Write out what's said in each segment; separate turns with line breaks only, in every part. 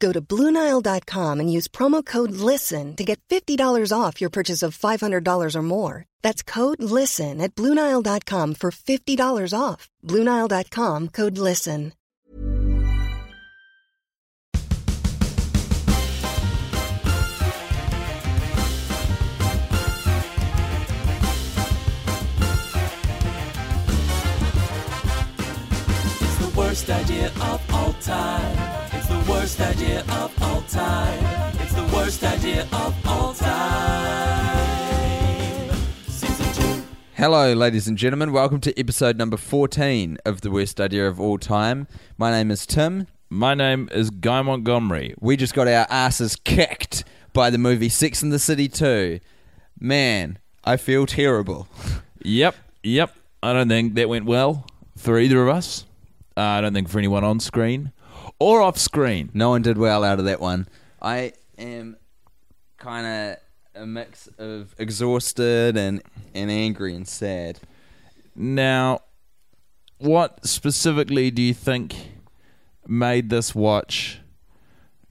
Go to BlueNile.com and use promo code LISTEN to get $50 off your purchase of $500 or more. That's code LISTEN at BlueNile.com for $50 off. BlueNile.com code LISTEN.
It's the worst idea of all time. It's the worst idea of all time. It's the worst idea of all time. Season two.
Hello, ladies and gentlemen. Welcome to episode number 14 of The Worst Idea of All Time. My name is Tim.
My name is Guy Montgomery.
We just got our asses kicked by the movie Six in the City 2. Man, I feel terrible.
Yep, yep. I don't think that went well for either of us. Uh, I don't think for anyone on screen or off screen.
No one did well out of that one. I am kind of a mix of exhausted and, and angry and sad.
Now, what specifically do you think made this watch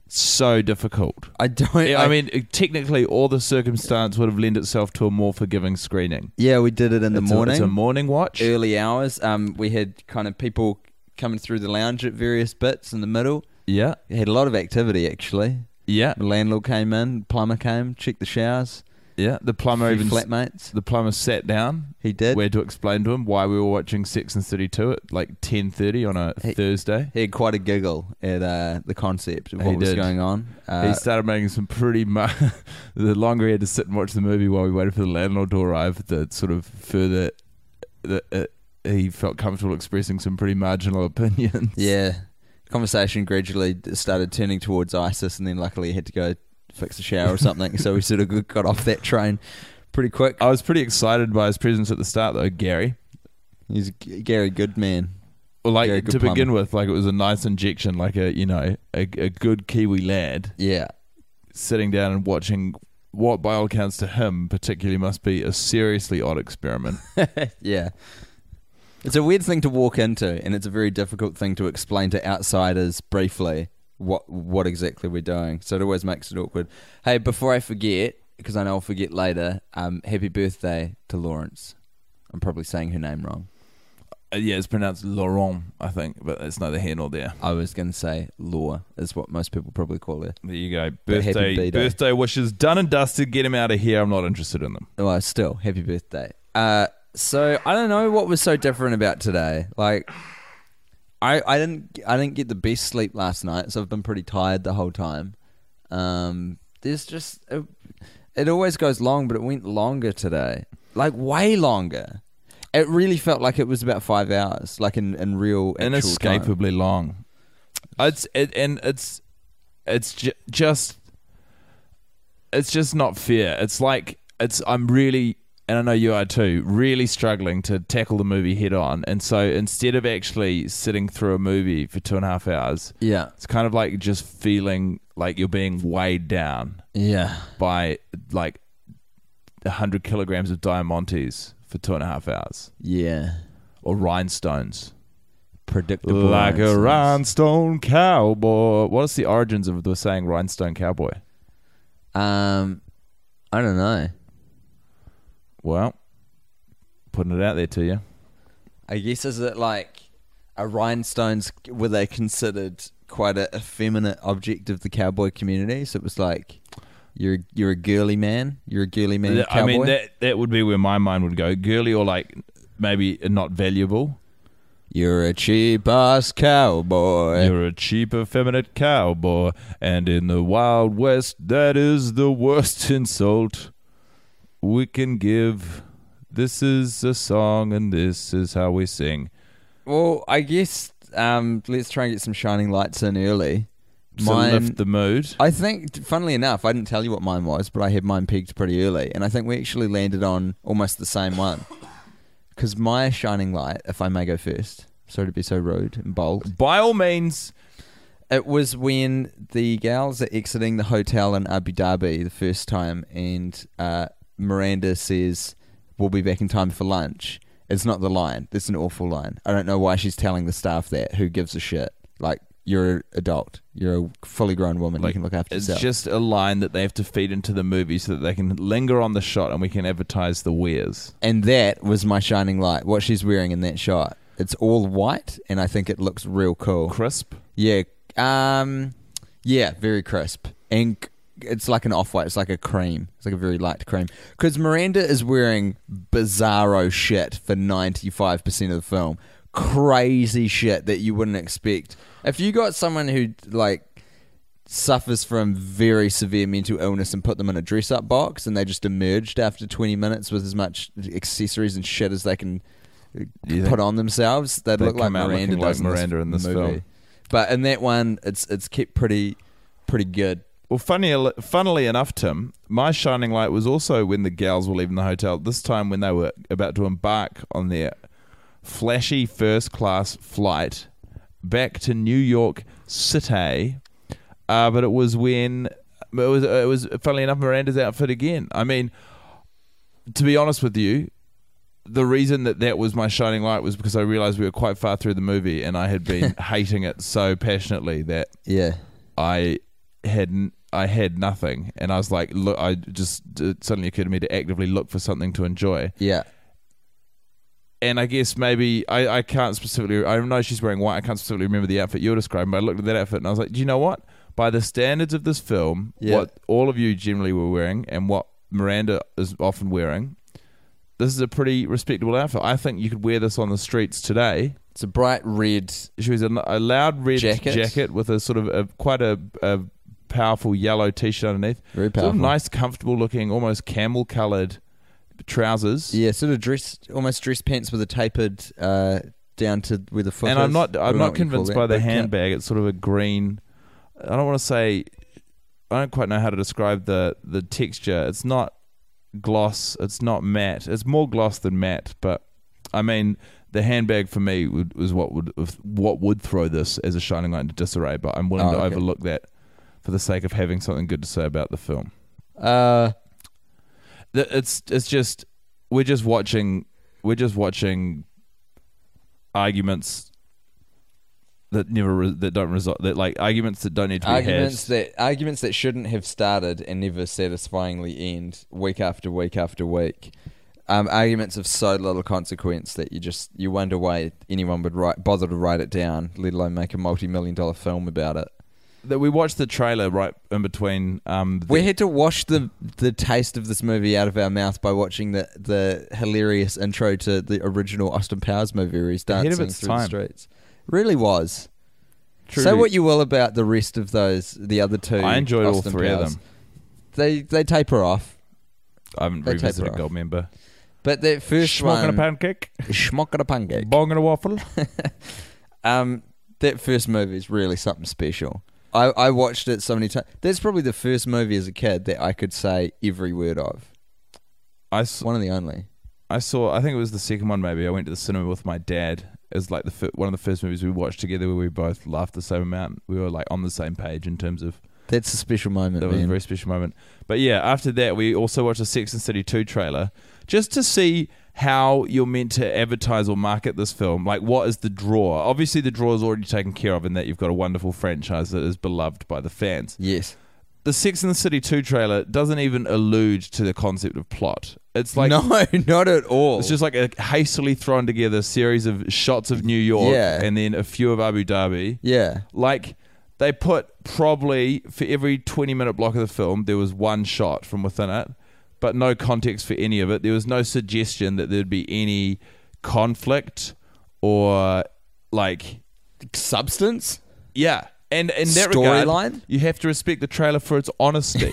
so difficult?
I don't.
Yeah, I mean, technically, all the circumstance would have lent itself to a more forgiving screening.
yeah, we did it in the
It's a-
morning.
it's a morning watch.
early hours. Um, we had kind of people coming through the lounge at various bits in the middle.
Yeah,
We had a lot of activity actually.
yeah,
The landlord came in, plumber came, checked the showers.
yeah. The plumber
few
even
flatmates.
the plumber sat down.
He did.
We had to explain to him why we were watching Six and City Two at like ten thirty on a
He-
Thursday.
He had quite a giggle at uh, the concept of
He
what was
did.
going on. Uh,
he started making some pretty. Mu- the longer he had to sit and watch the movie while we waited for the landlord to arrive, the sort of further the, uh, he felt comfortable expressing some pretty marginal opinions.
yeah, conversation gradually started turning towards ISIS, and then luckily he had to go fix a shower or something. so we sort of got off that train pretty quick.
I was pretty excited by his presence at the start, though, Gary.
He's a Gary Goodman.
Well, like
Gary, good
to begin
plumber.
with, like it was a nice injection, like a you know a, a good Kiwi lad
Yeah,
sitting down and watching what, by all accounts, to him particularly must be a seriously odd experiment.
yeah. It's a weird thing to walk into, and it's a very difficult thing to explain to outsiders briefly what what exactly we're doing. So it always makes it awkward. Hey, before I forget, because I know I'll forget later, um, happy birthday to Lawrence. I'm probably saying her name wrong.
Uh, yeah, it's pronounced Laurent, I think, but it's neither here nor there.
I was going to say Law is what most people probably call her.
There you go.
But happy
Birthday,
B-Day.
birthday wishes done and dusted. Get him out of here. I'm not interested in them.
Well, still, happy birthday. Uh, so I don't know what was so different about today. Like, I I didn't I didn't get the best sleep last night, so I've been pretty tired the whole time. Um, there's just it, it always goes long, but it went longer today, like way longer. It really felt like it was about five hours, like in in real actual time.
Inescapably long. It's it, and it's it's ju- just it's just not fair. It's like it's I'm really and I know you are too, really struggling to tackle the movie head on. And so instead of actually sitting through a movie for two and a half hours,
Yeah,
it's kind of like just feeling like you're being weighed down
yeah.
by like 100 kilograms of diamantes for two and a half hours
Yeah,
or rhinestones.
predictable.
Like a
answers.
rhinestone cowboy. What is the origins of the saying rhinestone cowboy?
Um, I don't know.
Well, putting it out there to you.
I guess is it like a rhinestones were they considered quite an effeminate object of the cowboy community? So it was like You're you're a girly man. You're a girly man.
Th- I mean,
cowboy?
that that would be where my mind would go. Girly or like maybe not valuable.
you're a cheap ass cowboy.
You're a cheap, effeminate cowboy, and in the Wild West, that is the worst insult we can give. This is a song, and this is how we sing.
well, I guess um, let's try and get some shining lights in early.
To
Mine-
lift the mood.
I think, funnily enough, I didn't tell you what mine was, but I had mine pegged pretty early, and I think we actually landed on almost the same one. Because my shining light, if I may go first, sorry to be so rude and bold,
By all means,
It was when the gals are exiting the hotel in Abu Dhabi the first time, and uh, Miranda says, "We'll be back in time for lunch." It's not the line. It's an awful line. I don't know why she's telling the staff that. Who gives a shit? Like you're an adult. You're a fully grown woman. you
like,
can look after
it's
yourself.
just a line that they have to feed into the movie so that they can linger on the shot and we can advertise the wares.
and that was my shining light. What she's wearing in that shot. It's all white, and I think it looks real cool.
Crisp.
Yeah. Um. Yeah. Very crisp, and c- it's like an off white. It's like a cream. It's like a very light cream. Because Miranda is wearing bizarro shit for ninety five percent of the film. Crazy shit that you wouldn't expect. If you got someone who like suffers from very severe mental illness and put them in a dress up box and they just emerged after 20 minutes with as much accessories and shit as they can
You
put
think
on themselves they'd
they
look like
come out
Miranda
looking like
does
Miranda in this
movie.
film?
but in that one it's it's kept pretty pretty good
Well, funny, funnily enough, Tim, my shining light was also when the gals were leaving the hotel. This time, when they were about to embark on their flashy first class flight back to New York City, uh, but it was when it was it was funnily enough Miranda's outfit again. I mean, to be honest with you. The reason that that was my shining light was because I realized we were quite far through the movie and I had been hating it so passionately that
yeah
I had n- I had nothing, and I was like, look, I just it suddenly occurred to me to actively look for something to enjoy.
yeah
And I guess maybe I, I can't specifically. I know she's wearing white. I can't specifically remember the outfit you're describing, but I looked at that outfit and I was like, do you know what? By the standards of this film,
Yeah.
what all of you generally were wearing and what Miranda is often wearing, this is a pretty respectable outfit. I think you could wear this on the streets today.
it's a bright red
She was a, a loud red
Jacket.
jacket. with a sort of a, quite a, a powerful yellow t-shirt underneath.
Very
Sort
powerful.
of nice, comfortable looking, almost camel coloured trousers.
yeah sort of dress almost dress pants with a tapered uh down to where the foot
and
is.
I'm not
I don't
I'm
know
not
what you call
convinced
that.
by the
Big cap.
handbag. It's sort of a green. I don't want to say. I don't quite know how to describe the the texture. It's not gloss. It's not matte. It's more gloss than matte. But I mean, the handbag for me would, was what would what would throw this as a shining light into disarray. But I'm willing
Oh,
to
okay.
overlook that for the sake of having something good to say about the film.
uh
Th- It's it's just we're just watching we're just watching arguments that never re- that don't result that like arguments that don't need to be
arguments
hashed.
that arguments that shouldn't have started and never satisfyingly end week after week after week. Um, arguments of so little consequence that you just you wonder why anyone would write, bother to write it down, let alone make a multi-million dollar film about it.
that we watched the trailer right in between. Um, the-
We had to wash the the taste of this movie out of our mouth by watching the the hilarious intro to the original Austin Powers movie where he's
Ahead
dancing
of its
through the
time.
streets. Really was.
Truly-
Say what you will about the rest of those, the other two.
I enjoyed all
Austin
three of
Powers.
them.
They they taper off.
I haven't
They taper
revisited
off.
Gold Member.
But that first
Smoking a
one,
pancake,
Schmock a pancake.
bong and a waffle.
Um, that first movie is really something special. I, I watched it so many times. That's probably the first movie as a kid that I could say every word of.
I s-
One of the only.
I saw. I think it was the second one. Maybe I went to the cinema with my dad. As like the fir- one of the first movies we watched together, where we both laughed the same amount. We were like on the same page in terms of
That's a special moment,
That was a
man.
very special moment. But yeah, after that, we also watched a Sex and City 2 trailer just to see how you're meant to advertise or market this film. Like, what is the draw? Obviously, the draw is already taken care of in that you've got a wonderful franchise that is beloved by the fans.
yes.
The Sex and the City 2 trailer doesn't even allude to the concept of plot. It's like.
no, not at all.
It's just like a hastily thrown together series of shots of New York
Yeah.
and then a few of Abu Dhabi
yeah.
like They put probably for every 20 minute block of the film, there was one shot from within it, but no context for any of it. There was no suggestion that there'd be any conflict or like
Substance?
yeah. And in that regard,
Storyline?
you have to respect the trailer for its honesty.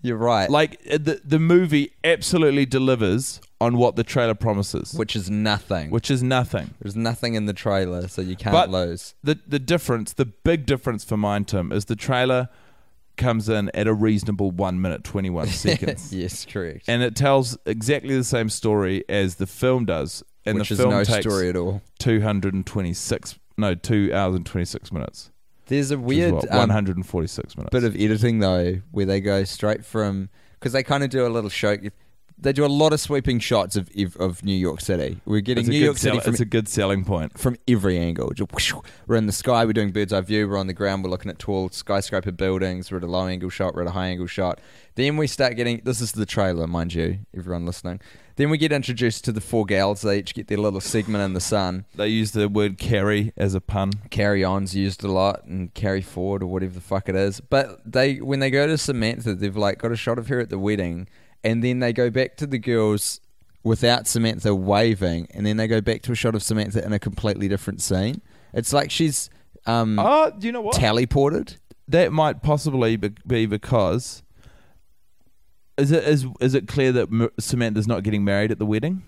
You're right.
like the the movie absolutely delivers on what the trailer promises,
which is nothing.
which is nothing.
There's nothing in the trailer, so you can't
But-
lose.
the the difference, the big difference for mine, Tim, is the trailer comes in at a reasonable one minute twenty one seconds,
Yes, correct.
and it tells exactly the same story as the film does, and
which
the
is
film
no
takes
story at all.
two hundred and twenty six, no, two hours and twenty six minutes.
There's a
which is
weird
what,
um,
146 minutes.
bit of editing though, where they go straight from because they kind of do a little show. They do a lot of sweeping shots of ev- of New York City. We're getting
it's a
New
good
York City
sell-
from
it's a good selling point.
from every angle. Just whoosh. We're in the sky, we're doing bird's eye view, we're on the ground, we're looking at tall skyscraper buildings, we're at a low angle shot, we're at a high angle shot. Then we start getting this is the trailer, mind you, everyone listening. Then we get introduced to the four gals, they each get their little segment in the sun.
They use the word carry as a pun.
Carry on's used a lot and carry forward or whatever the fuck it is. But they when they go to Samantha, they've like got a shot of her at the wedding and then they go back to the girls without Samantha waving and then they go back to a shot of Samantha in a completely different scene. It's like she's um
Oh, do you know what?
teleported.
that might possibly be- be because is it is is it clear that M- Samantha's not getting married at the wedding?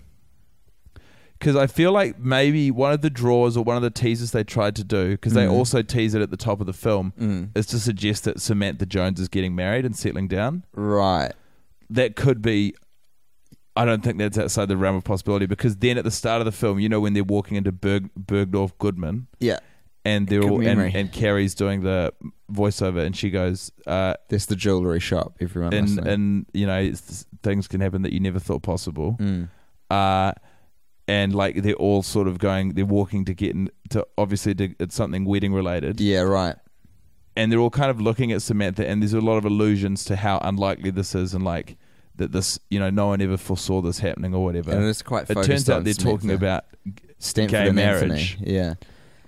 Because I feel like maybe one of the draws or one of the teasers they tried to do, because they
Mm.
also tease it at the top of the film,
Mm.
is to suggest that Samantha Jones is getting married and settling down.
Right.
That could be. I don't think that's outside the realm of possibility because then at the start of the film, you know, when they're walking into Berg, Bergdorf Goodman,
Yeah.
and they're
Good
all and,
memory.
and Carrie's doing the voiceover, and she goes, uh,
There's the jewelry shop, everyone
and
listening.
and you know it's, things can happen that you never thought possible.
Mm.
Uh, and like they're all sort of going, they're walking to get in, to obviously to, it's something wedding related,
Yeah, right.
and they're all kind of looking at Samantha, and there's a lot of allusions to how unlikely this is, and like that this you know no one ever foresaw this happening or whatever.
And it's quite
it
focused
turns
on
out they're talking
Samantha.
about,
Stanford
gay
and
marriage.
Anthony. Yeah.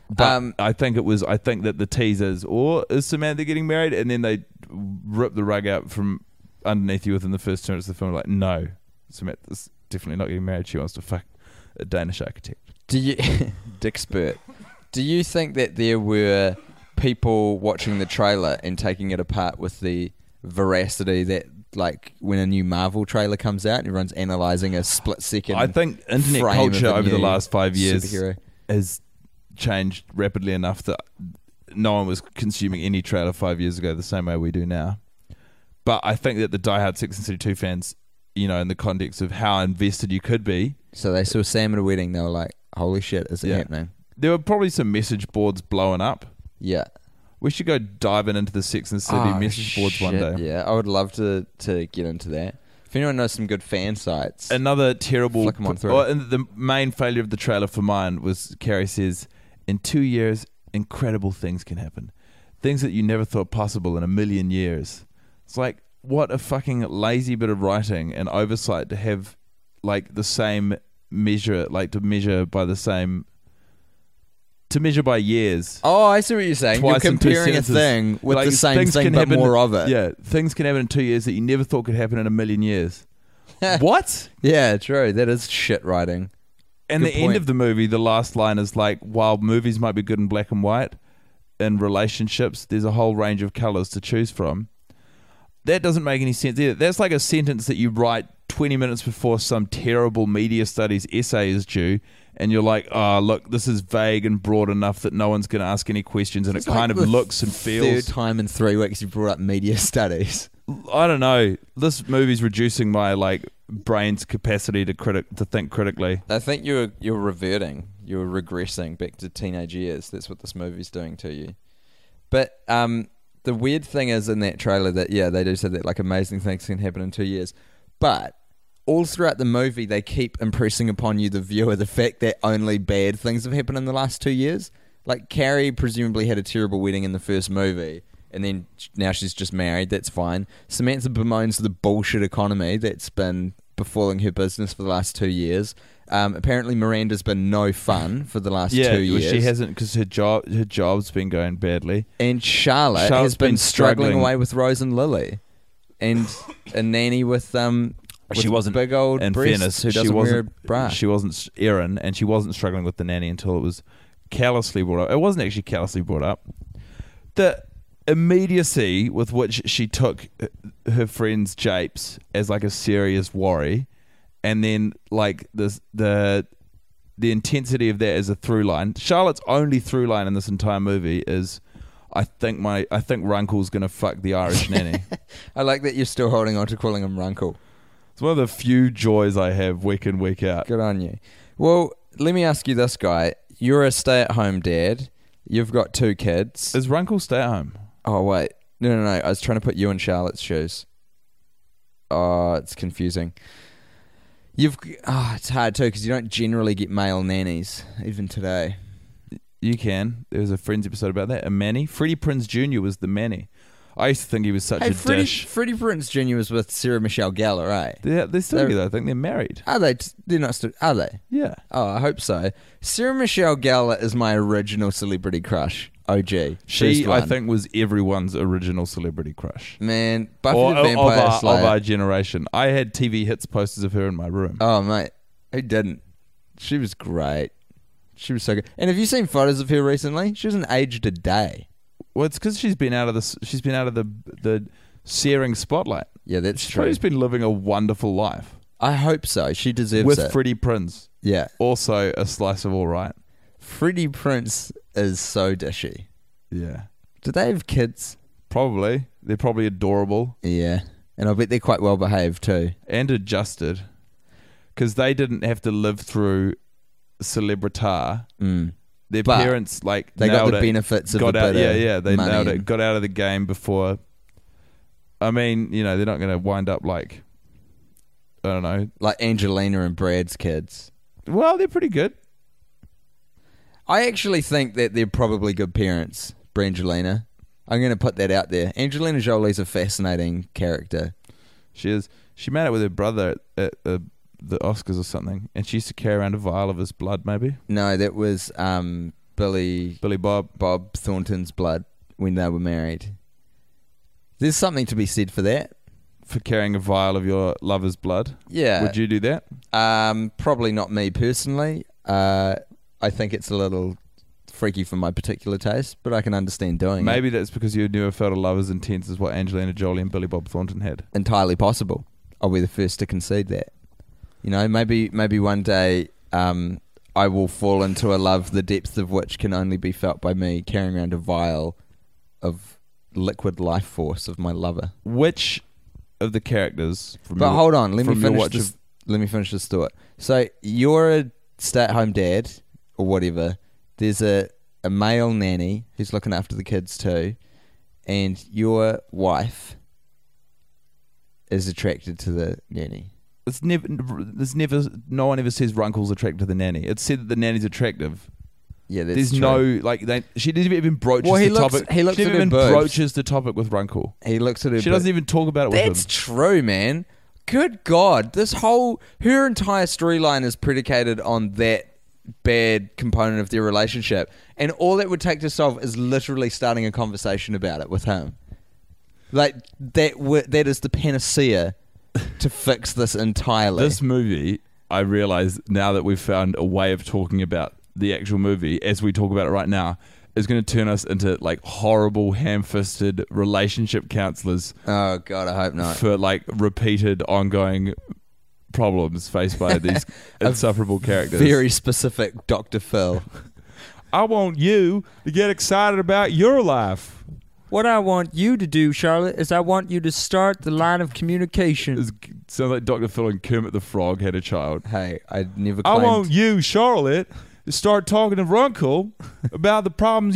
but
Um,
I think it was I think that the teasers or is Samantha getting married, and then they rip the rug out from underneath you within the first two minutes of the film. Like, no, Samantha's definitely not getting married. She wants to fuck a Danish architect.
Do you Dickspert. Do you think that there were people watching the trailer and taking it apart with the veracity that like when a new Marvel trailer comes out, everyone's analyzing a split second.
I think internet
frame of
culture
a
over the
new
last five years
superhero.
has changed rapidly enough that no one was consuming any trailer five years ago the same way we do now. But I think that the diehard Six and City Two fans, you know, in the context of how invested you could be,
So they saw Sam at a wedding, they were like, Holy shit, is it
Yeah.
happening?
there were probably some message boards blowing up.
Yeah.
We should go diving into the Sex and City
Oh,
message boards one
shit,
day.
Yeah, I would love to to get into that. If anyone knows some good fan sites,
Another terrible.
Flick 'em on through.
oh, and the main failure of the trailer for mine was Carrie says, "In two years, incredible things can happen, things that you never thought possible in a million years." It's like what a fucking lazy bit of writing and oversight to have, like the same measure, like to measure by the same, to measure by years.
oh, I see what you're saying. You're
twice in two
comparing a
sentences.
thing with
Like,
the same
things
thing,
can
but
happen-
more of it.
Yeah, things can happen in two years that you never thought could happen in a million years. what?
yeah, true. That is shit writing.
And
Good
the
point.
end of the movie, the last line is like, while movies might be good in black and white, in relationships, there's a whole range of colors to choose from. That doesn't make any sense either. That's like a sentence that you write 20 minutes before some terrible media studies essay is due, and you're like, oh, look, this is vague and broad enough that no one's going to ask any questions, and
It's
it kind
like
of
the
looks and feels.
Third time in three weeks you brought up media studies.
I don't know. This movie's reducing my like brain's capacity to critic to think critically.
I think you were you're reverting, you're regressing back to teenage years. That's what this movie's doing to you. But um, the weird thing is in that trailer that yeah, they do say that like amazing things can happen in two years, but all throughout the movie they keep impressing upon you the viewer the fact that only bad things have happened in the last two years. Like Carrie presumably had a terrible wedding in the first movie. And then now she's just married. That's fine. Samantha bemoans the bullshit economy that's been befalling her business for the last two years. Um, apparently, Miranda's been no fun for the last
yeah,
two
well,
years.
she hasn't because her job her job's been going badly.
And Charlotte
Charlotte's
has been,
been
struggling,
struggling.
away with Rose and Lily, and a nanny with um.
She
with
wasn't-
big old
In
breasts
fairness,
who doesn't
she wasn't
wear a bra.
she wasn't Erin, and she wasn't struggling with the nanny until it was callously brought up. It wasn't actually callously brought up. The immediacy with which she took h- her friend's japes as like a serious worry, and then like this the the intensity of that as a through line. Charlotte's only through line in this entire movie is. I think my I think Runkle's gonna fuck the Irish nanny.
I like that you're still holding on to calling him Runkle.
It's one of the few joys I have week in week out.
Good on you. Well, let me ask you this, guy. You're a stay-at-home dad. You've got two kids.
Is Runkle stay at home?
Oh wait, no, no, no. I was trying to put you in Charlotte's shoes. Oh, it's confusing. You've oh, it's hard too because you don't generally get male nannies even today.
You can. There was a Friends episode about that. A Manny. Freddie Prinz Jr. was the Manny. I used to think he was such
Hey,
a
Freddie,
dish.
Freddie Prince Jr. was with Sarah Michelle Gellar, right?
They're, they're still
They're-
together. I think they're married.
Are they? T- they're not. St- are they?
Yeah.
Oh, I hope so. Sarah Michelle Gellar is my original celebrity crush. OG.
She,
First
I
one.
think, was everyone's original celebrity crush.
Man, Buffy
Or
the
of
Vampire
our, of
Slayer.
our generation. I had TV hits posters of her in my room.
Oh mate, who didn't? She was great. She was so good. And have you seen photos of her recently? She hasn't aged a day.
well, it's because she's been out of the s- she's been out of the the searing spotlight.
Yeah, that's
She's
true.
probably just been living a wonderful life
I hope so. She deserves
with
it.
Freddie Prinz.
yeah,
Also, a slice of all right.
Freddie Prince is so dishy.
Yeah.
Do they have kids?
Probably. They're probably adorable
Yeah, and I bet they're quite well behaved too.
and adjusted because they didn't have to live through celebritar.
Mm.
Their
But
parents like
they got
nailed
the
it,
benefits of
got
a
out.
bit
Yeah,
of
yeah, they
money
nailed
and-
it. Got out of the game before. I mean, you know, they're not going to wind up like I don't know.
Like Angelina and Brad's kids.
Well, they're pretty good.
I actually think that they're probably good parents, Brangelina. I'm going to put that out there. Angelina Jolie's a fascinating character.
She is. She made it with her brother at, at uh, the Oscars or something, and she used to carry around a vial of his blood. Maybe
No, that was um, Billy
Billy Bob.
Bob Thornton's blood when they were married. There's something to be said for that.
for carrying a vial of your lover's blood.
Yeah.
Would you do that?
Um, probably not me personally. Uh, I think it's a little freaky for my particular taste, but I can understand doing it.
Maybe that's because you never felt a love as intense as what Angelina Jolie and Billy Bob Thornton had.
entirely possible. I'll be the first to concede that. You know, maybe maybe one day um, I will fall into a love the depth of which can only be felt by me carrying around a vial of liquid life force of my lover.
Which of the characters from
But
your-
hold on, let me
from your
finish
watch
this.
of-
Let me finish this thought. So you're a stay-at-home dad or whatever. There's a a male nanny who's looking after the kids too, and your wife is attracted to the nanny.
it's never there's never no one ever says Runkle's attracted to the nanny. It's said that the nanny's attractive.
Yeah, that's
there's
true.
no like they, she didn't even broaches
Well, he
the
looks-
topic.
he looks
she
at
never
her
even
boobs.
broaches the topic with Runkle.
He looks at her.
She doesn't
but-
even talk about it with
That's
him.
true, man. Good God, this whole her entire storyline is predicated on that bad component of their relationship, and all it would take to solve is literally starting a conversation about it with him. Like that. W- that is the panacea to fix this entirely.
This movie, I realize now that we've found a way of talking about the actual movie as we talk about it right now, is going to turn us into like horrible, ham fisted relationship counselors
oh God, I hope not.
for like repeated, ongoing problems faced by these insufferable characters.
Very specific, Doctor Phil.
I want you to get excited about your life.
What I want you to do, Charlotte, is I want you to start the line of communication.
It's, sounds like Dr. Phil and Kermit the Frog had a child.
Hey, I never.
I
Claimed.
want you, Charlotte, to start talking to Runkle about the problems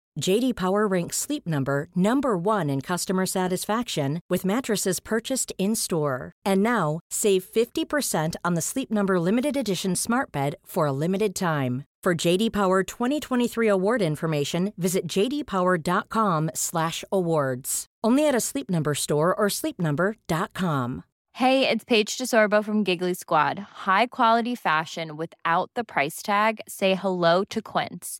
JD Power ranks Sleep Number number 1 in customer satisfaction with mattresses purchased in-store. And now, save 50% on the Sleep Number limited edition Smart Bed for a limited time. For JD Power 2023 award information, visit jdpower.com/awards. Only at a Sleep Number store or sleepnumber.com.
Hey, it's Paige DeSorbo from Giggly Squad. High quality fashion without the price tag. Say hello to Quince.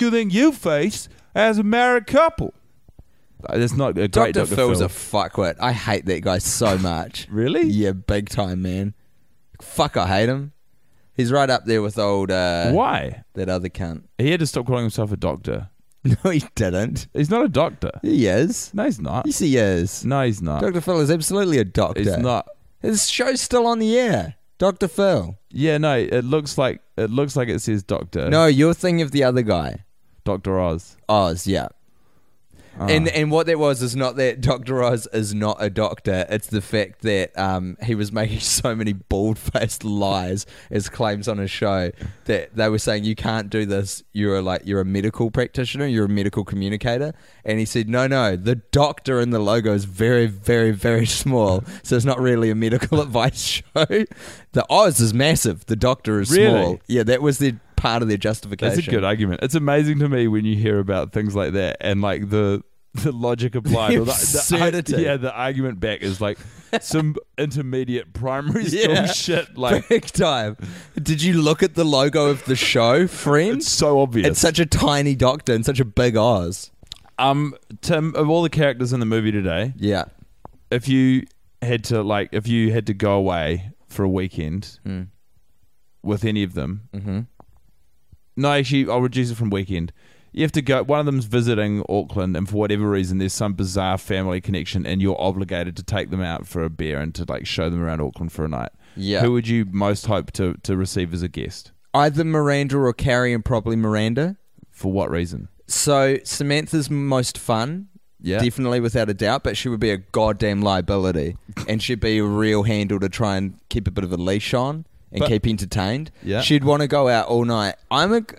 You think you face as a married couple? That's not a great
Doctor
Dr.
Phil's
Phil.
a fuckwit. I hate that guy so much.
Really?
Yeah, big time, man. Fuck, I hate him. He's right up there with old uh,
Why?
that other cunt.
He had to stop calling himself a doctor.
No, he didn't.
He's not a doctor.
He is.
No, he's not.
Yes, he is.
No, he's not.
Doctor Phil is absolutely a doctor.
He's not.
His show's still on the air. Doctor Phil.
Yeah, no. It looks like it looks like it says doctor.
No, you're thinking of the other guy,
Doctor Oz.
Oz. Yeah. And
Ah.
and what that was is not that Doctor Oz is not a doctor. It's the fact that um, he was making so many bald faced lies as claims on his show that they were saying you can't do this. You're like you're a medical practitioner. You're a medical communicator. And he said, no, no, the doctor in the logo is very, very, very small. So it's not really a medical advice show. The Oz is massive. The doctor is
Really?
small. Yeah, that was the part of their justification.
That's a good argument. It's amazing to me when you hear about things like that and like the the logic applied. or the- the ar-
absurdity.
yeah, the argument back is like some intermediate primary school
Yeah.
shit. Like
big time. Did you look at the logo of the show,
it's
Friends?
so obvious.
It's such a tiny doctor and such a big Oz.
um, Tim, of all the characters in the movie today,
Yeah.
if you had to like, if you had to go away for a weekend
Hmm.
with any of them, mm-hmm. no, actually, I'll reduce it from weekend. You have to go. One of them's visiting Auckland, and for whatever reason, there's some bizarre family connection, and you're obligated to take them out for a beer and to like show them around Auckland for a night.
Yeah.
Who would you most hope to to receive as a guest?
Either Miranda or Carrie and probably Miranda.
For what reason?
So Samantha's most fun.
Yeah.
Definitely without a doubt, but she would be a goddamn liability. and she'd be a real handle to try and keep a bit of a leash on and
But-
keep entertained.
Yeah.
She'd want to go out all night. I'm a g-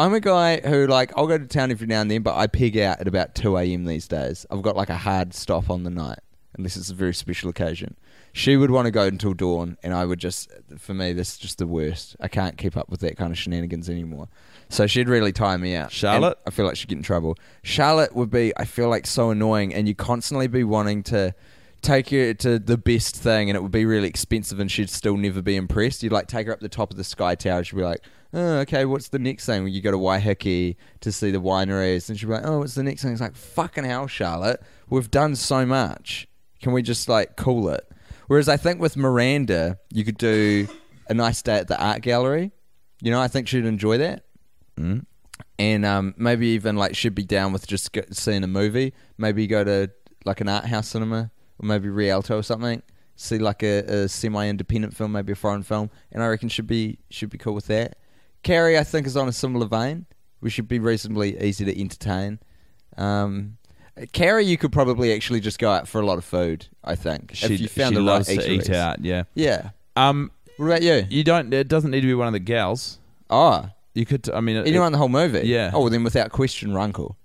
I'm a guy who like I'll go to town every now and then, but I pig out at about two AM these days. I've got like a hard stop on the night. Unless it's a very special occasion. She would want to go until dawn and I would just for me this is just the worst. I can't keep up with that kind of shenanigans anymore. So she'd really tire me out.
Charlotte?
And I feel like she'd get in trouble. Charlotte would be, I feel like, so annoying, and you constantly be wanting to take her to the best thing, and it would be really expensive, and she'd still never be impressed. You'd like take her up the top of the Sky Tower, she'd be like, oh, okay, what's the next thing? Well, you go to Waiheke to see the wineries, and she'd be like, oh, what's the next thing? It's like, fucking hell, Charlotte, we've done so much. Can we just like cool it? Whereas I think with Miranda, you could do a nice day at the art gallery. You know, I think she'd enjoy that and um, maybe even like should be down with just go, seeing a movie. Maybe go to like an art house cinema, or maybe Rialto or something. See like a, a semi-independent film, maybe a foreign film, and I reckon should be should be cool with that. Carrie, I think, is on a similar vein. We should be reasonably easy to entertain. Um, Carrie, you could probably actually just go out for a lot of food. I think if
She'd-
you found
she
the right
loves to eat
eateries.
out. Yeah.
Yeah.
Um,
What about you?
you don't. It doesn't need to be one of the gals.
Oh,
You could. I mean, it-
anyone in the whole movie?
Yeah.
Oh, well, then without question, Runkle.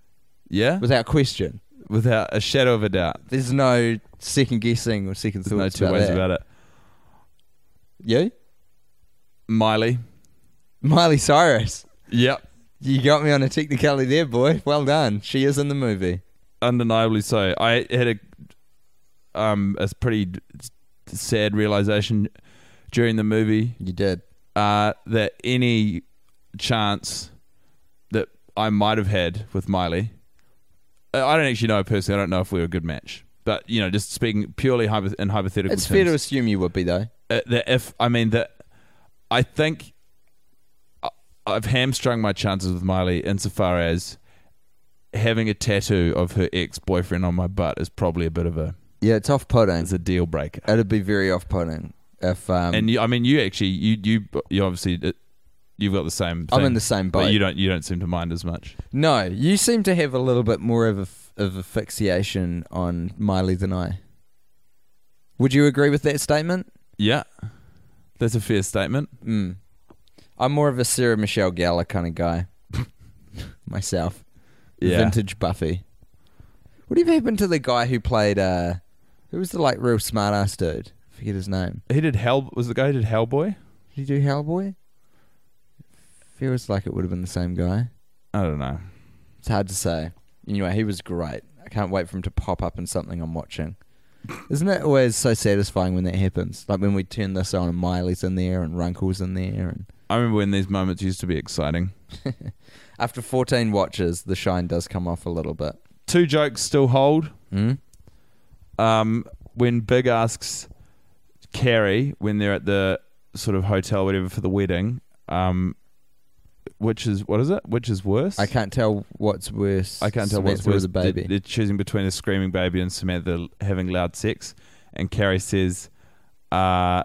Yeah.
Without question.
without a shadow of a doubt.
There's no second guessing or second
There's no
thoughts
two
about
ways
that.
about it.
You?
Miley.
Miley Cyrus.
Yep.
You got me on a technicality there, boy. Well done. She is in the movie.
Undeniably so. I had a um a pretty d- sad realization during the movie
You did.
uh, that any chance that I might have had with Miley, I I don't actually know her personally. I don't know if we were a good match. But you know, just speaking purely hypo- in hypothetical
It's
terms,
fair to assume you would be though.
uh, that if I mean that I think I- I've hamstrung my chances with Miley insofar as having a tattoo of her ex boyfriend on my butt is probably a bit of a
Yeah, it's off putting.
is a deal breaker.
It'd be very off putting if um
and you, I mean, you actually you you you obviously uh, you've got the same.
I'm
thing,
in the same
But
boat.
you don't you don't seem to mind as much.
No, you seem to have a little bit more of a f- of a fixation on Miley than I. Would you agree with that statement?
Yeah, that's a fair statement.
Mm. I'm more of a Sarah Michelle Gellar kind of guy myself.
Yeah.
Vintage Buffy. What even happened to the guy who played uh who was the like real smart ass dude? Forget his name.
He did Hell. Was the guy who did Hellboy?
Did he do Hellboy? Feels like it would have been the same guy.
I don't know.
It's hard to say. Anyway, he was great. I can't wait for him to pop up in something I'm watching. Isn't it always so satisfying when that happens? Like when we turn this on and Miley's in there and Runkle's in there. And
I remember when these moments used to be exciting.
after 14 watches, the shine does come off a little bit.
Two jokes still hold.
Mm?
um, when Big asks Carrie when they're at the sort of hotel, whatever, for the wedding, um, which is what is it? Which is worse?
I can't tell what's worse.
I can't tell what's
Samantha or
worse.
the baby.
They're, they're choosing between a screaming baby and Samantha having loud sex, and Carrie says, uh,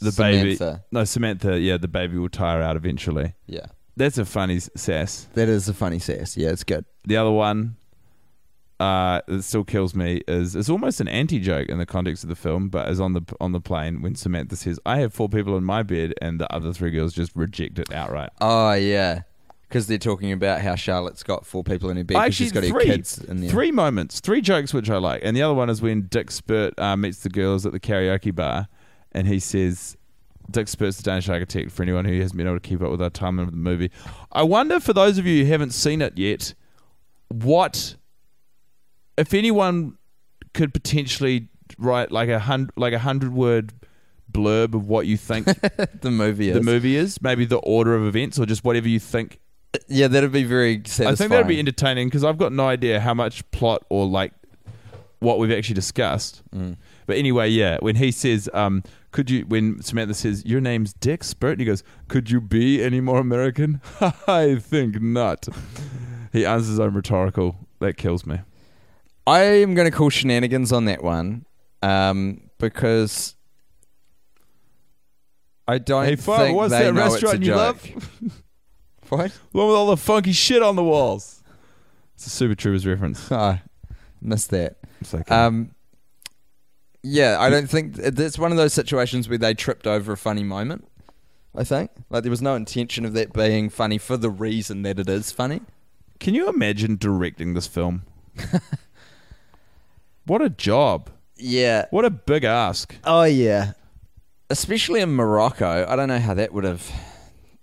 "The baby,
Samantha.
no Samantha, yeah, the baby will tire out eventually."
Yeah.
That's a funny s- sass.
That is a funny sass. Yeah, it's good.
The other one uh, that still kills me is it's almost an anti joke in the context of the film, but is on the on the plane when Samantha says, "I have four people in my bed," and the other three girls just reject it outright.
Oh, yeah. Because they're talking about how Charlotte's got four people in her bed.
I
'cause
actually
she's got
three
her kids in there.
three moments, three jokes which I like, and the other one is when Dick Spurt uh, meets the girls at the karaoke bar, and he says. Dick Spurt's the Danish architect for anyone who hasn't been able to keep up with our time of the movie. I wonder for those of you who haven't seen it yet, what if anyone could potentially write like a hundred like a hundred word blurb of what you think
The movie is.
the movie is, maybe the order of events or just whatever you think.
Yeah, that'd be very satisfying.
I think that'd be entertaining because I've got no idea how much plot or like what we've actually discussed.
Mm.
But anyway, yeah, when he says, um, "Could you?" when Samantha says, "Your name's Dick Spurt," and he goes, "Could you be any more American?" I think not. he answers his own rhetorical. That kills me.
I am going to call shenanigans on that one um, because I don't
Hey, Farmer,
think
what's
they
that
know
restaurant
it's a
you
joke.
love?
What?
The one with all the funky shit on the walls. It's a Super Troopers reference.
Oh, missed that.
It's okay.
Um, yeah, I don't think that's one of those situations where they tripped over a funny moment. I think like there was no intention of that being funny for the reason that it is funny.
Can you imagine directing this film? what a job.
Yeah.
What a big ask.
Oh yeah. Especially in Morocco, I don't know how that would have.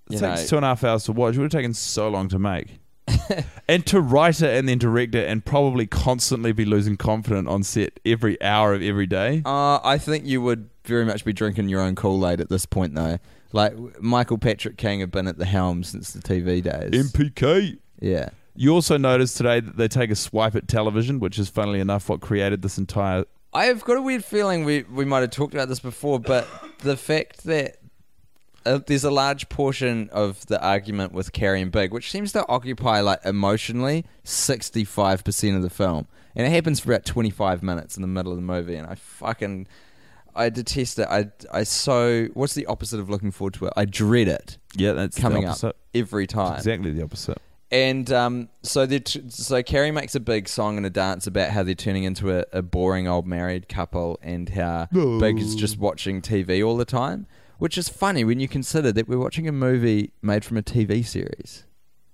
It
You
takes
know,
two and a half hours to watch. It would have taken so long to make. and to write it and then direct it and probably constantly be losing confidence on set every hour of every day.
Uh, I think you would very much be drinking your own Kool Aid at this point, though. Like Michael Patrick King have been at the helm since the TV days.
MPK.
yeah,
You also noticed today that they take a swipe at television, which is funnily enough what created this entire
I have got a weird feeling we we might have talked about this before, but the fact that uh, there's a large portion of the argument with Carrie and Big, which seems to occupy like emotionally sixty five percent of the film, and it happens for about twenty five minutes in the middle of the movie, and I fucking I detest it. I I so what's the opposite of looking forward to it? I dread it.
Yeah, that's the
coming
opposite.
up every time.
Exactly the opposite.
And um, so they're t- so Carrie makes a big song and a dance about how they're turning into a, a boring old married couple and how Big is just watching TV all the time, which is funny when you consider that we're watching a movie made from a TV series.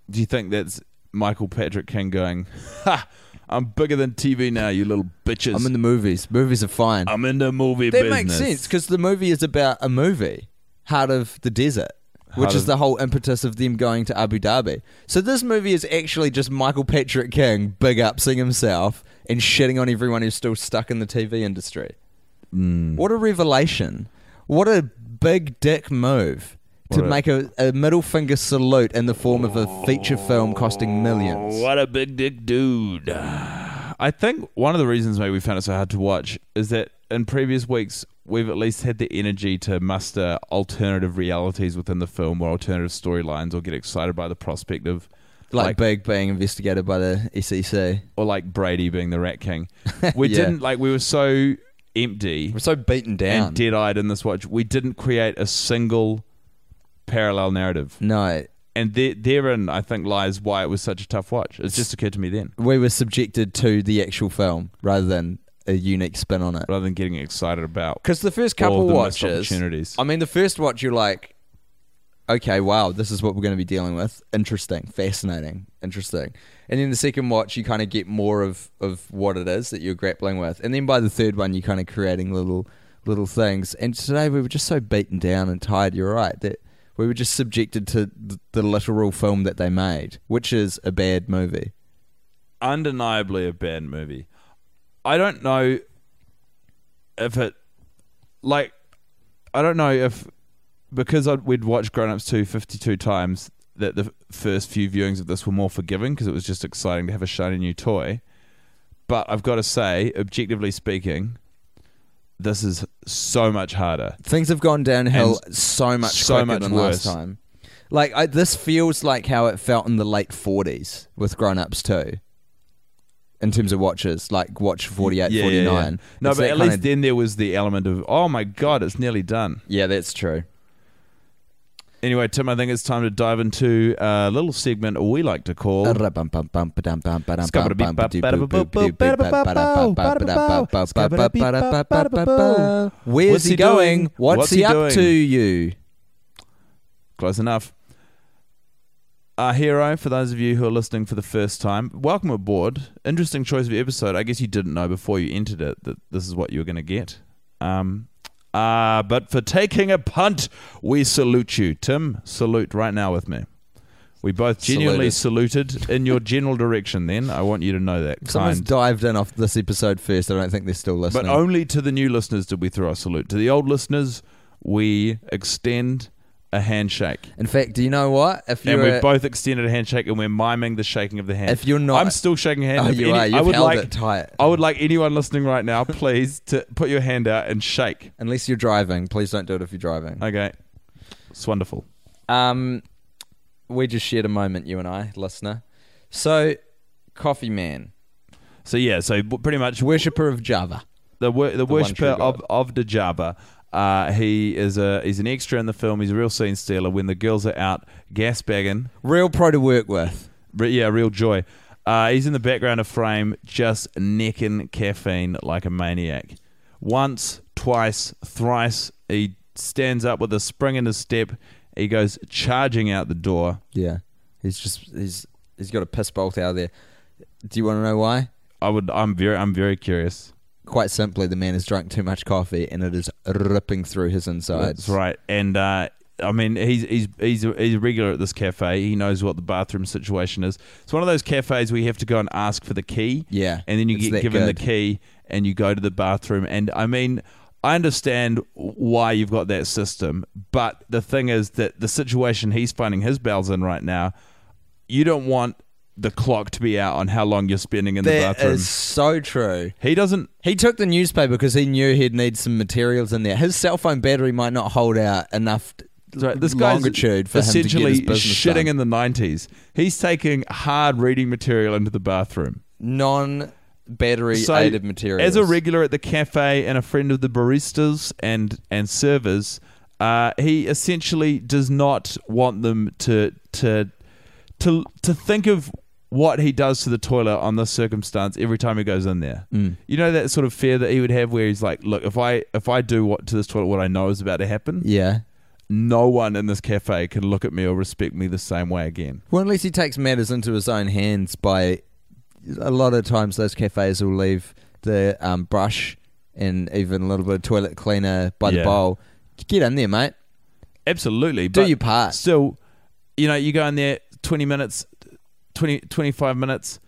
Do you think that's Michael Patrick King going, Ha, I'm bigger than TV now, you little bitches.
I'm in the movies. Movies are fine.
I'm in the movie
that
business.
makes sense because the movie is about a movie, Heart of the Desert, which
Heart
is
of-
the whole impetus of them going to Abu Dhabi. So this movie is actually just Michael Patrick King big upsing himself and shitting on everyone who's still stuck in the TV industry.
Mm.
What a revelation! What a big dick move. To
What a-
make a, a middle finger salute in the form of a feature film costing millions.
What a big dick dude. I think one of the reasons maybe we found it so hard to watch is that in previous weeks we've at least had the energy to muster alternative realities within the film or alternative storylines or get excited by the prospect of
like Big being investigated by the E SEC.
or like Brady being the Rat King. We
Yeah.
didn't like we were so empty
We're so beaten down.
and dead eyed in this watch. We didn't create a single parallel narrative,
no,
and there, therein I think lies why it was such a tough watch. It just occurred to me then,
we were subjected to the actual film rather than a unique spin on it.
rather than getting excited about
Because the first
all
couple
of the missed
watches,
opportunities.
I mean, the first watch you're like, okay, wow, this is what we're going to be dealing with. Interesting, fascinating, interesting. And then the second watch, you kind of get more of of what it is that you're grappling with. And then by the third one, you're kind of creating little little things. And today we were just so beaten down and tired. You're right that we were just subjected to th- the literal film that they made, which is a bad movie.
undeniably a bad movie. I don't know if it like I don't know if because I'd, we'd watched Grown Ups 2 52 times that the first few viewings of this were more forgiving because it was just exciting to have a shiny new toy. But I've got to say, objectively speaking, this is so much harder.
Things have gone downhill
And
so much
so
quicker
much
than
worse.
last time. Like I, this feels like how it felt in the late forties with Grown Ups too. In terms of watches, like watch 48, 49.
No,
It's that
but at
kinda-
least then there was the element of oh my god, it's nearly done.
yeah, that's true.
Anyway, Tim, I think it's time to dive into a little segment we like to call
Where's
What's
he
he
going?
doing?
What's
What's
he
he
up
doing?
to, you?
Close enough. Our hero, for those of you who are listening for the first time, welcome aboard. Interesting choice of episode. I guess you didn't know before you entered it that this is what you were going to get. Um, uh, but for taking a punt, we salute you. Tim, salute right now with me. We both genuinely saluted, in your general direction then. I want you to know that.
Someone's
Kind.
dived in off this episode first. I don't think they're still listening.
But only to the new listeners did we throw a salute. To the old listeners, we extend a handshake.
In fact, do you know what? If
and
you're
we've
a-
both extended a handshake and we're miming the shaking of the hand.
If you're not-
I'm still shaking hands.
Oh,
If
you
any-
are.
I
You've
would
held
like
it tight.
I would like anyone listening right now, please, to put your hand out and shake.
Unless you're driving, please don't do it if you're driving.
Okay, it's wonderful.
Um, we just shared a moment, you and I, listener. So, Coffee Man,
So yeah, so b- pretty much
worshipper of Java.
the wor- the,
one
worshipper
true
of of the Java. Uh, he is a he's an extra in the film. He's a real scene stealer. When the girls are out gas bagging,
Real pro to work with.
Re- yeah, real joy. Uh, he's in the background of frame, just necking caffeine like a maniac. Once, twice, thrice, he stands up with a spring in his step. He goes charging out the door.
Yeah. He's just, he's he's got a piss bolt out there. Do you want to know why?
I would. I'm very. I'm very curious.
Quite simply, the man has drunk too much coffee and it is ripping through his insides.
That's right. And uh, I mean, he's he's he's a, he's a regular at this cafe. He knows what the bathroom situation is. It's one of those cafes where you have to go and ask for the key.
Yeah,
and then you
it's
get
that
given the
good.
key, and you go to the bathroom. And I mean. I understand why you've got that system, but the thing is that the situation he's finding his bowels in right now, you don't want the clock to be out on how long you're spending in the
That
bathroom.
is so true.
he doesn't
He took the newspaper because he knew he'd need some materials in there. His cell phone battery might not hold out enough t-
Right, this guy's
longitude for him to get
essentially
his business
shitting
done.
in the nineties. He's taking hard reading material into the bathroom.
non-battery aided materials.
as a regular at the cafe and a friend of the baristas and and servers, uh, he essentially does not want them to to to to think of what he does to the toilet on this circumstance every time he goes in there.
Mm.
You know that sort of fear that he would have, where he's like, "Look, if I if I do what to this toilet, what I know is about to happen,
yeah.
no one in this cafe can look at me or respect me the same way again.
Well, unless he takes matters into his own hands by a lot of times those cafes will leave the um, brush and even a little bit of toilet cleaner by the
Yeah.
bowl. Get in there, mate.
Absolutely.
Do
but
your part.
Still, you know, you go in there 20 minutes, 20, 25 minutes.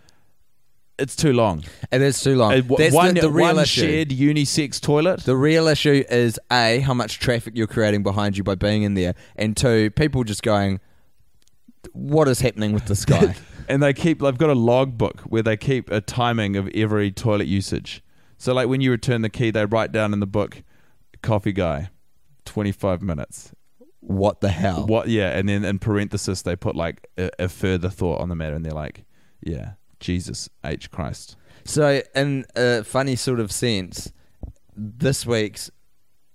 It's too long.
It is too long.
Uh, wh-
Oh, That's
one
the, the real
one
issue.
shared unisex toilet.
The real issue is a how much traffic you're creating behind you by being in there, and two people just going, "What is happening with this guy?"
and they keep they've got a logbook where they keep a timing of every toilet usage. So like when you return the key, they write down in the book, coffee guy, twenty five minutes.
what the hell?
What? Yeah, and then in parenthesis they put like a, a further thought on the matter, and they're like, yeah, Jesus H Christ.
So, in a funny sort of sense, this week's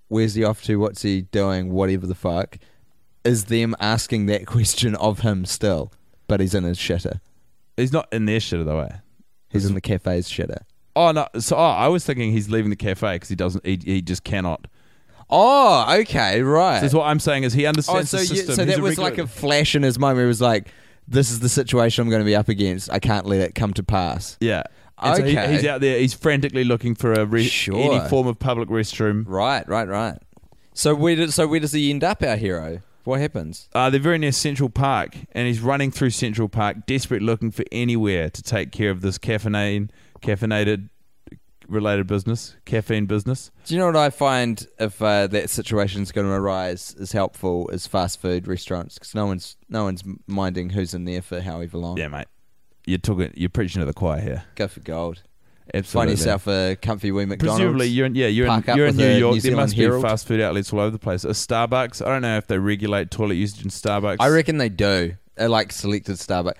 "Where's he off to? What's he doing? Whatever the fuck," is them asking that question of him still, but he's in his shitter.
He's not in their shitter though. Eh?
He's in the cafe's shitter.
Oh no! So oh, I was thinking he's leaving the cafe because he doesn't. He, he just cannot.
Oh, okay, right.
So is what I'm saying is he
Oh,
understands
so,
the
you,
system.
so
He's
that
a
was like
regular-
a flash in his mind where he was like, "This is the situation I'm going to be up against. I can't let it come to pass."
Yeah. And so he-
Okay.
he's out there. He's frantically looking for a re-
Sure.
any form of public restroom.
Right, right, right. So where does so where does he end up, our hero? What happens?
Uh, they're very near Central Park, and he's running through Central Park, desperate, looking for anywhere to take care of this caffeine, caffeinated, related business, caffeine business.
Do you know what I find if uh, that situation's going to arise is helpful is fast food restaurants because no one's no one's minding who's in there for however long.
Yeah, mate. You're talking. You're preaching to the choir here.
Go for gold. Find
Absolutely.
yourself a comfy wee McDonald's.
Presumably, you're in, yeah, you're in,
Park up
you're in
with
New
a
York.
New
there
Zealand
must
Herald.
be fast food outlets all over the place. A Starbucks. I don't know if they regulate toilet usage in Starbucks.
I reckon they do. Uh, like selected Starbucks.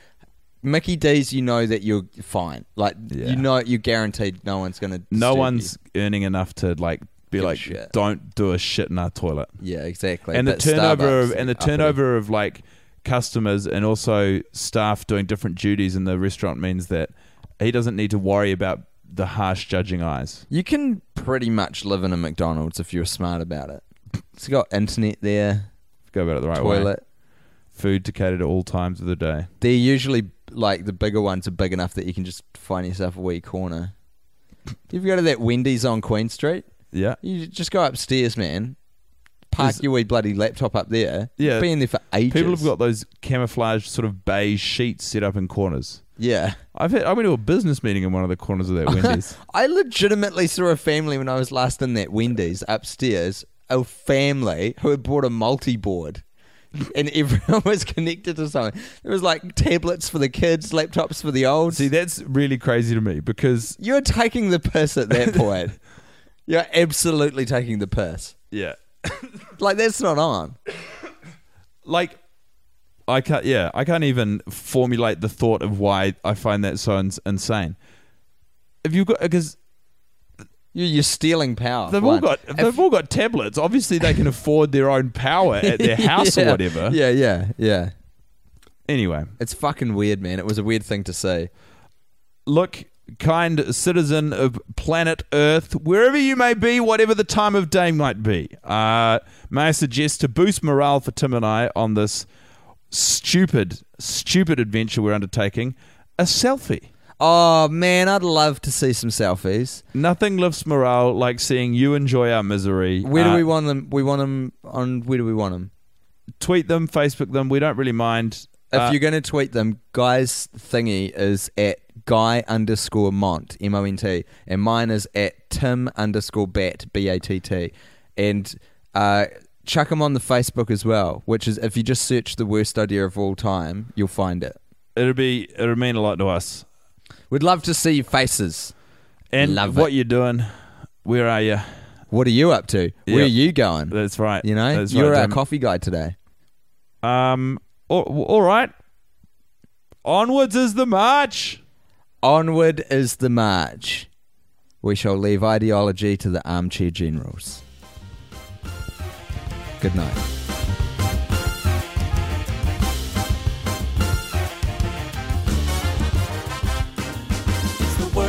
Mickey D's, you know that you're fine. Like
Yeah.
you know, you're guaranteed no one's gonna. disturb
no
you.
one's earning enough to like be
Give a
like,
shit.
don't do a shit in our toilet.
Yeah, exactly.
and the
But
turnover of,
Starbucks,
and the
uppity.
turnover of like customers and also staff doing different duties in the restaurant means that he doesn't need to worry about the harsh judging eyes.
You can pretty much live in a McDonald's if you're smart about it. It's got internet there,
Go about it the right way.
toilet.
Food to cater to all times of the day.
They're usually like the bigger ones are big enough that you can just find yourself a wee corner. you ever go to that Wendy's on Queen Street?
Yeah.
You just go upstairs, man. Park
There's-
your wee bloody laptop up there.
Yeah.
Be in there for ages.
People have got those camouflage sort of beige sheets set up in corners.
yeah.
I've had, I went to a business meeting in one of the corners of that Wendy's.
I legitimately saw a family when I was last in that Wendy's upstairs. A family who had bought a multi board, and everyone was connected to something. There was like tablets for the kids, laptops for the old.
See, that's really crazy to me because
You're taking the piss at that point. You're absolutely taking the piss.
yeah,
Like that's not on.
like I can't. Yeah, I can't even formulate the thought of why I find that so ins- insane. If you've got because
You're, you're stealing power.
they've
for
all
one.
got
If-
they've all got tablets. Obviously, they can afford their own power at their house
Yeah.
or whatever.
Yeah, yeah, yeah.
Anyway,
It's fucking weird, man. It was a weird thing to see.
look, kind citizen of planet Earth, wherever you may be, whatever the time of day might be, uh, may I suggest to boost morale for Tim and I on this stupid, stupid adventure we're undertaking, a selfie.
Oh man, I'd love to see some selfies.
Nothing lifts morale like seeing you enjoy our misery.
Where do
Uh,
we want them? We want them on. Where do we want them?
tweet them, Facebook them? We don't really mind.
If
Uh,
you're going to tweet them, guys thingy is at guy underscore mont m o n t, and mine is at tim underscore bat b a t t, and uh, chuck them on the Facebook as well. Which is if you just search the worst idea of all time, you'll find it.
Uh, it'll be it'll mean a lot to us.
We'd love to see your faces.
And
Love
what
it.
you're doing? Where are you?
What are you up to? Where
Yeah.
are you going?
That's right.
You know,
That's
you're
right,
our
Tim.
coffee guy today.
Um. All, all right. Onwards is the march.
Onward is the march. We shall leave ideology to the armchair generals. Good night.
It's the